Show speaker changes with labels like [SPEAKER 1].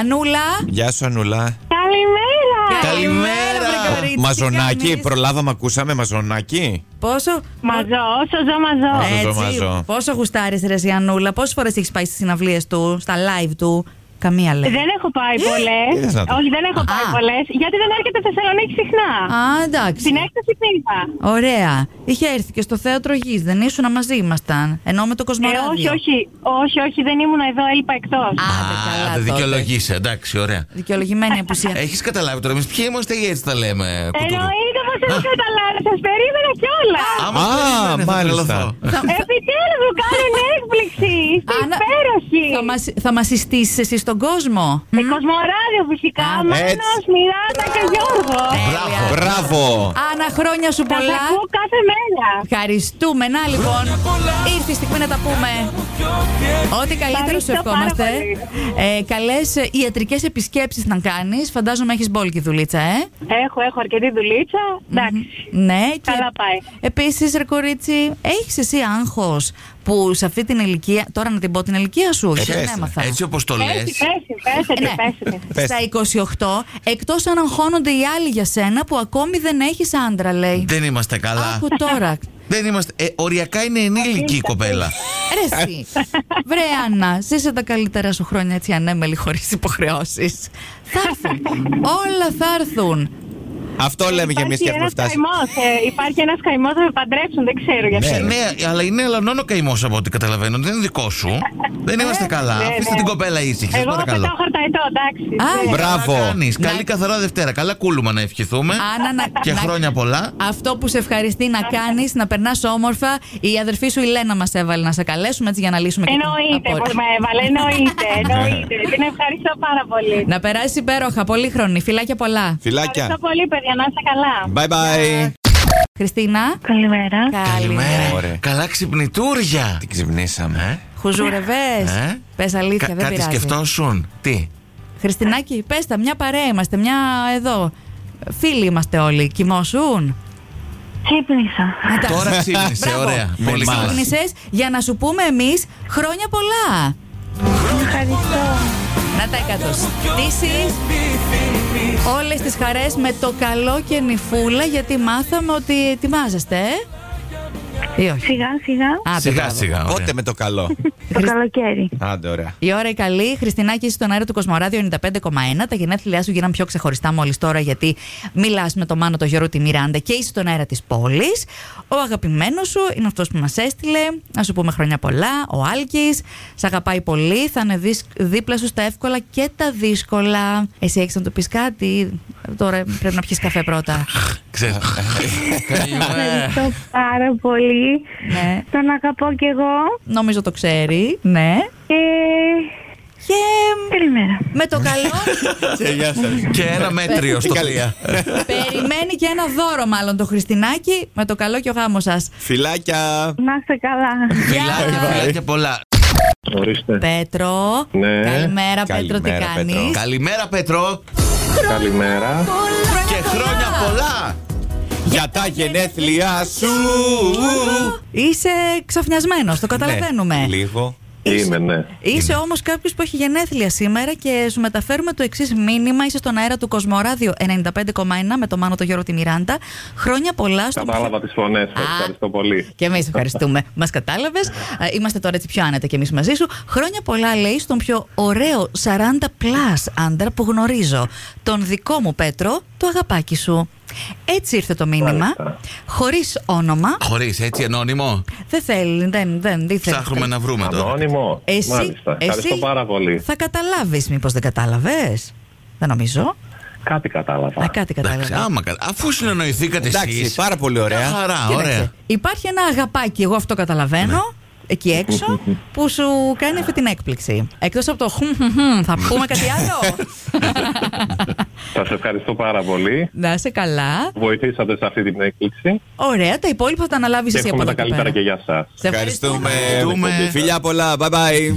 [SPEAKER 1] Ανούλα.
[SPEAKER 2] Γεια σου, Ανούλα.
[SPEAKER 3] Καλημέρα!
[SPEAKER 1] Καλημέρα, βρε, κορίτσι, τι
[SPEAKER 2] Μαζονάκι,
[SPEAKER 1] κάνεις?
[SPEAKER 2] προλάβαμε, ακούσαμε μαζονάκι.
[SPEAKER 1] Πόσο.
[SPEAKER 3] Μαζό, όσο ζω, μαζό.
[SPEAKER 2] Μαζό.
[SPEAKER 1] Έτσι,
[SPEAKER 2] ζωμάζω.
[SPEAKER 1] Πόσο γουστάρεις, Ρε η Ανούλα. Πόσες φορές έχεις πάει στις συναυλίες του, στα live του. Καμία λέει.
[SPEAKER 3] Δεν έχω πάει πολλές.
[SPEAKER 2] είδες να το-
[SPEAKER 3] Όχι, δεν έχω πάει
[SPEAKER 1] Α. πολλέ,
[SPEAKER 3] πολλές. Γιατί δεν έρχεται Θεσσαλονίκη συχνά.
[SPEAKER 1] Α, εντάξει.
[SPEAKER 3] Στην έκταση την είδα.
[SPEAKER 1] Ωραία. Είχε έρθει και στο θέατρο γης, δεν ήσουν μαζί ήμασταν. Ενώ με το
[SPEAKER 3] Ε,
[SPEAKER 1] Κοσμοράδιο.
[SPEAKER 3] όχι, όχι, όχι, όχι, δεν ήμουν εδώ, έλειπα εκτός.
[SPEAKER 1] Άντε, καλά
[SPEAKER 4] Α, Ε,
[SPEAKER 1] τότε. Ε.
[SPEAKER 4] δικαιολογήσε, εντάξει, ωραία.
[SPEAKER 1] Δικαιολογημένη απουσία.
[SPEAKER 4] Έχεις καταλάβει τώρα, εμείς ποιοι είμαστε ή έτσι τα λέμε, κουτούρου.
[SPEAKER 3] Εννοείται πως δεν καταλάβει, σας περίμενα κιόλας.
[SPEAKER 4] Άμα
[SPEAKER 2] Α,
[SPEAKER 4] περίμενε, θα
[SPEAKER 2] μάλιστα.
[SPEAKER 4] τρελαθώ.
[SPEAKER 3] Επιτέλους μου κάνουν έκπληξη. Είστε
[SPEAKER 1] Άννα,
[SPEAKER 3] υπέροχοι.
[SPEAKER 1] Θα μας, θα μας συστήσεις εσύ στον κόσμο.
[SPEAKER 3] Ε, Κοσμοράδιο φυσικά.
[SPEAKER 1] Α,
[SPEAKER 3] Μάνος,
[SPEAKER 2] έτσι.
[SPEAKER 3] Μιράτα και Γιώργο.
[SPEAKER 4] Μπράβο.
[SPEAKER 2] Μπράβο!
[SPEAKER 1] Άνα, χρόνια σου
[SPEAKER 3] Τα
[SPEAKER 1] πολλά.
[SPEAKER 3] ακούω κάθε μέρα.
[SPEAKER 1] Ευχαριστούμε. Να λοιπόν, ήρθε η στιγμή να τα πούμε. Ό,τι καλύτερο σου
[SPEAKER 3] Ευχαριστώ
[SPEAKER 1] ευχόμαστε.
[SPEAKER 3] πάρα
[SPEAKER 1] Ε, Καλές ιατρικές επισκέψεις να κάνεις. Φαντάζομαι έχεις μπόλικη δουλίτσα, ε.
[SPEAKER 3] Έχω, έχω αρκετή δουλίτσα. Εντάξει.
[SPEAKER 1] Ναι, και
[SPEAKER 3] Καλά πάει.
[SPEAKER 1] Επίσης, ρε κορίτσι, έχεις εσύ άγχος που σε αυτή την ηλικία. Τώρα να την πω την ηλικία σου, γιατί δεν
[SPEAKER 2] πες,
[SPEAKER 1] έμαθα.
[SPEAKER 4] Έτσι όπως το λε.
[SPEAKER 3] Πέσει, πέσει,
[SPEAKER 2] Ε,
[SPEAKER 3] πέσει,
[SPEAKER 1] Ναι.
[SPEAKER 3] πέσει.
[SPEAKER 2] Πες.
[SPEAKER 1] Στα 28, εκτός αν αγχώνονται οι άλλοι για σένα που ακόμη δεν έχεις άντρα, λέει.
[SPEAKER 4] Δεν είμαστε καλά.
[SPEAKER 1] Άκου τώρα.
[SPEAKER 4] Δεν είμαστε. ε, οριακά είναι ενήλικη η κοπέλα.
[SPEAKER 1] Ρε εσύ. Βρε Άννα, ζήσε τα καλύτερα σου χρόνια έτσι ανέμελη χωρίς υποχρεώσεις. Θα έρθουν. Όλα θα έρθουν.
[SPEAKER 2] Αυτό λέμε και εμείς και έχουμε
[SPEAKER 3] ένας
[SPEAKER 2] φτάσει.
[SPEAKER 3] καημός, ε, υπάρχει ένας καημός να με παντρέψουν, δεν ξέρω γιατί.
[SPEAKER 2] Ναι.
[SPEAKER 4] Ναι, αλλά είναι ελανόνο καημός από ό,τι καταλαβαίνω. Δεν είναι δικό σου. Δεν είμαστε καλά.
[SPEAKER 3] ναι,
[SPEAKER 4] Αφήστε
[SPEAKER 3] ναι.
[SPEAKER 4] την κοπέλα ήσυχη. σας
[SPEAKER 3] Εγώ πετάω
[SPEAKER 4] παρακαλώ.
[SPEAKER 3] χαρταετό, εντάξει.
[SPEAKER 1] Α,
[SPEAKER 3] ναι.
[SPEAKER 2] μπρα- Μπράβο.
[SPEAKER 4] Καλά κάνεις.
[SPEAKER 1] Να-
[SPEAKER 4] Καλή καθαρά Δευτέρα. Καλά κούλουμα να ευχηθούμε.
[SPEAKER 1] Άννα, να,
[SPEAKER 4] Και
[SPEAKER 1] να-
[SPEAKER 4] χρόνια πολλά.
[SPEAKER 1] Αυτό που σε ευχαριστεί να κάνεις, να περνάς όμορφα. Η αδερφή σου η Λένα μας έβαλε να σε καλέσουμε έτσι για να λύσουμε και την
[SPEAKER 3] Εννοείται
[SPEAKER 1] απορία.
[SPEAKER 3] που με έβαλε, εννοείται,
[SPEAKER 2] Ναι.
[SPEAKER 3] εννοείται. Την ευχαριστώ πάρα πολύ.
[SPEAKER 1] Να περάσεις υπέροχα, πολύχρονη. Φιλάκια πολλά.
[SPEAKER 2] Φιλάκια.
[SPEAKER 3] Ευχαριστώ πολύ, παιδιά, να είστε καλά.
[SPEAKER 2] Bye bye.
[SPEAKER 1] Χριστίνα.
[SPEAKER 3] Καλημέρα.
[SPEAKER 4] Καλημέρα.
[SPEAKER 2] Ωραία.
[SPEAKER 4] Καλά ξυπνητούρια.
[SPEAKER 2] Την ξυπνήσαμε.
[SPEAKER 1] Χουζουρεβέ.
[SPEAKER 4] Ε?
[SPEAKER 1] Πες αλήθεια,
[SPEAKER 4] Κα-
[SPEAKER 1] δεν
[SPEAKER 4] κάτι
[SPEAKER 1] πειράζει.
[SPEAKER 4] σκεφτόσουν. Τι.
[SPEAKER 1] Χριστινάκη, πες τα, μια παρέα είμαστε, μια εδώ. Φίλοι είμαστε όλοι. Κοιμόσουν.
[SPEAKER 3] Ξύπνησα.
[SPEAKER 1] Εντάξει.
[SPEAKER 4] Τώρα ξύπνησε,
[SPEAKER 1] Μπράβο.
[SPEAKER 4] ωραία.
[SPEAKER 2] Με
[SPEAKER 4] Πολύ
[SPEAKER 2] εμάς.
[SPEAKER 4] καλά.
[SPEAKER 1] Ξύπνησες για να σου πούμε εμείς χρόνια πολλά. Να τα εκατοστήσεις. Όλες τις χαρές με το καλό και νυφούλα, γιατί μάθαμε ότι ετοιμάζεστε, ε. Ή όχι.
[SPEAKER 5] Σιγά σιγά
[SPEAKER 1] Άντε,
[SPEAKER 4] Σιγά
[SPEAKER 1] μπράβο.
[SPEAKER 4] σιγά. ωραία.
[SPEAKER 2] Πότε με το καλό.
[SPEAKER 5] το καλοκαίρι.
[SPEAKER 2] Άντε, ωραία.
[SPEAKER 1] Η ώρα η καλή. Χριστινάκη, είσαι στον αέρα του Κοσμοράδιο 95,1. Τα γενέθλιά σου γίναν πιο ξεχωριστά μόλις τώρα, γιατί μιλάς με τον Μάνο, τον Γιώργο, τη Μιράντα και είσαι στον αέρα της πόλης. Ο αγαπημένος σου είναι αυτός που μας έστειλε. Να σου πούμε χρόνια πολλά. Ο Άλκης. Σ' αγαπάει πολύ. Θα είναι δίσ- δίπλα σου στα εύκολα και τα δύσκολα. Εσύ έχεις να του πεις κάτι. Τώρα πρέπει να πιεις καφέ πρώτα.
[SPEAKER 4] Ξέρεις. Καλημέρα.
[SPEAKER 5] Ευχαριστώ πάρα πολύ.
[SPEAKER 1] ναι.
[SPEAKER 5] Τον αγαπώ κι εγώ.
[SPEAKER 1] Νομίζω το ξέρει. Ναι.
[SPEAKER 5] Ε,
[SPEAKER 1] Και
[SPEAKER 5] καλημέρα.
[SPEAKER 1] με το καλό.
[SPEAKER 2] Και γεια σας.
[SPEAKER 4] Και ένα μέτριο στο τρία.
[SPEAKER 1] Περιμένει και ένα δώρο, μάλλον το Χριστινάκι, με το καλό και ο γάμος σας.
[SPEAKER 2] Φιλάκια.
[SPEAKER 5] Να είστε καλά.
[SPEAKER 4] Φιλάκια και πολλά.
[SPEAKER 6] Ορίστε.
[SPEAKER 1] Πέτρο.
[SPEAKER 6] Ναι.
[SPEAKER 1] Καλημέρα, Πέτρο, τι
[SPEAKER 2] Καλημέρα, Πέτρο.
[SPEAKER 1] κάνεις.
[SPEAKER 4] Καλημέρα, Πέτρο.
[SPEAKER 6] Καλημέρα.
[SPEAKER 4] Και χρόνια πολλά.
[SPEAKER 2] Για τα γενέθλιά σου.
[SPEAKER 1] Είσαι ξαφνιασμένος, το
[SPEAKER 2] Ναι,
[SPEAKER 1] καταλαβαίνουμε.
[SPEAKER 2] Λίγο.
[SPEAKER 6] Είμαι, ναι.
[SPEAKER 1] Είσαι όμως κάποιος που έχει γενέθλια σήμερα και σου μεταφέρουμε το εξής μήνυμα. Είσαι στον αέρα του Κοσμοράδιο 95,1 με τον Μάνο, τον Γιώργο, τη Μιράντα. Χρόνια πολλά στον
[SPEAKER 6] Κατάλαβα τις φωνές σα.
[SPEAKER 1] Α.
[SPEAKER 6] Ευχαριστώ πολύ.
[SPEAKER 1] Και εμείς ευχαριστούμε. Μας κατάλαβες. Είμαστε τώρα έτσι πιο άνετα κι εμείς μαζί σου. Χρόνια πολλά, λέει, στον πιο ωραίο 40 plus άντρα που γνωρίζω. Τον δικό μου Πέτρο, το αγαπάκι σου. Έτσι ήρθε το μήνυμα.
[SPEAKER 6] Μάλιστα.
[SPEAKER 1] Χωρίς όνομα.
[SPEAKER 4] Χωρίς έτσι ανώνυμο.
[SPEAKER 1] Δεν θέλει, δεν, δεν, δεν θέλει.
[SPEAKER 4] Ψάχνουμε να βρούμε τώρα.
[SPEAKER 6] Ανώνυμο.
[SPEAKER 1] Εσύ,
[SPEAKER 6] Μάλιστα. Ευχαριστώ
[SPEAKER 1] εσύ
[SPEAKER 6] πάρα πολύ.
[SPEAKER 1] Θα καταλάβεις, μήπως δεν κατάλαβες. Δεν νομίζω.
[SPEAKER 6] Κάτι
[SPEAKER 1] Α,
[SPEAKER 6] κατάλαβα.
[SPEAKER 1] κάτι
[SPEAKER 4] Εντάξει,
[SPEAKER 1] κατάλαβα.
[SPEAKER 4] άμα κα- Αφού συνεννοηθήκατε
[SPEAKER 2] Εντάξει,
[SPEAKER 4] εσείς.
[SPEAKER 2] πάρα πολύ ωραία.
[SPEAKER 4] Χαρά,
[SPEAKER 1] Κοίταξε,
[SPEAKER 4] ωραία.
[SPEAKER 1] Υπάρχει ένα αγαπάκι, εγώ αυτό καταλαβαίνω, εκεί έξω, που σου κάνει αυτή την έκπληξη. Εκτός από το χουμ, χουμ, χουμ, θα πούμε κάτι άλλο.
[SPEAKER 6] Σας ευχαριστώ πάρα πολύ.
[SPEAKER 1] Να είσαι καλά.
[SPEAKER 6] Βοηθήσατε σε αυτή την έκπληξη.
[SPEAKER 1] Ωραία, τα υπόλοιπα θα τα αναλάβεις
[SPEAKER 6] Και
[SPEAKER 1] εσύ από
[SPEAKER 6] εύχομαι
[SPEAKER 1] εδώ
[SPEAKER 6] τα
[SPEAKER 1] και
[SPEAKER 6] καλύτερα
[SPEAKER 1] πέρα.
[SPEAKER 6] και για εσά.
[SPEAKER 1] Σε
[SPEAKER 2] Ευχαριστούμε.
[SPEAKER 4] Ευχαριστούμε.
[SPEAKER 2] Φιλιά πολλά. Bye bye.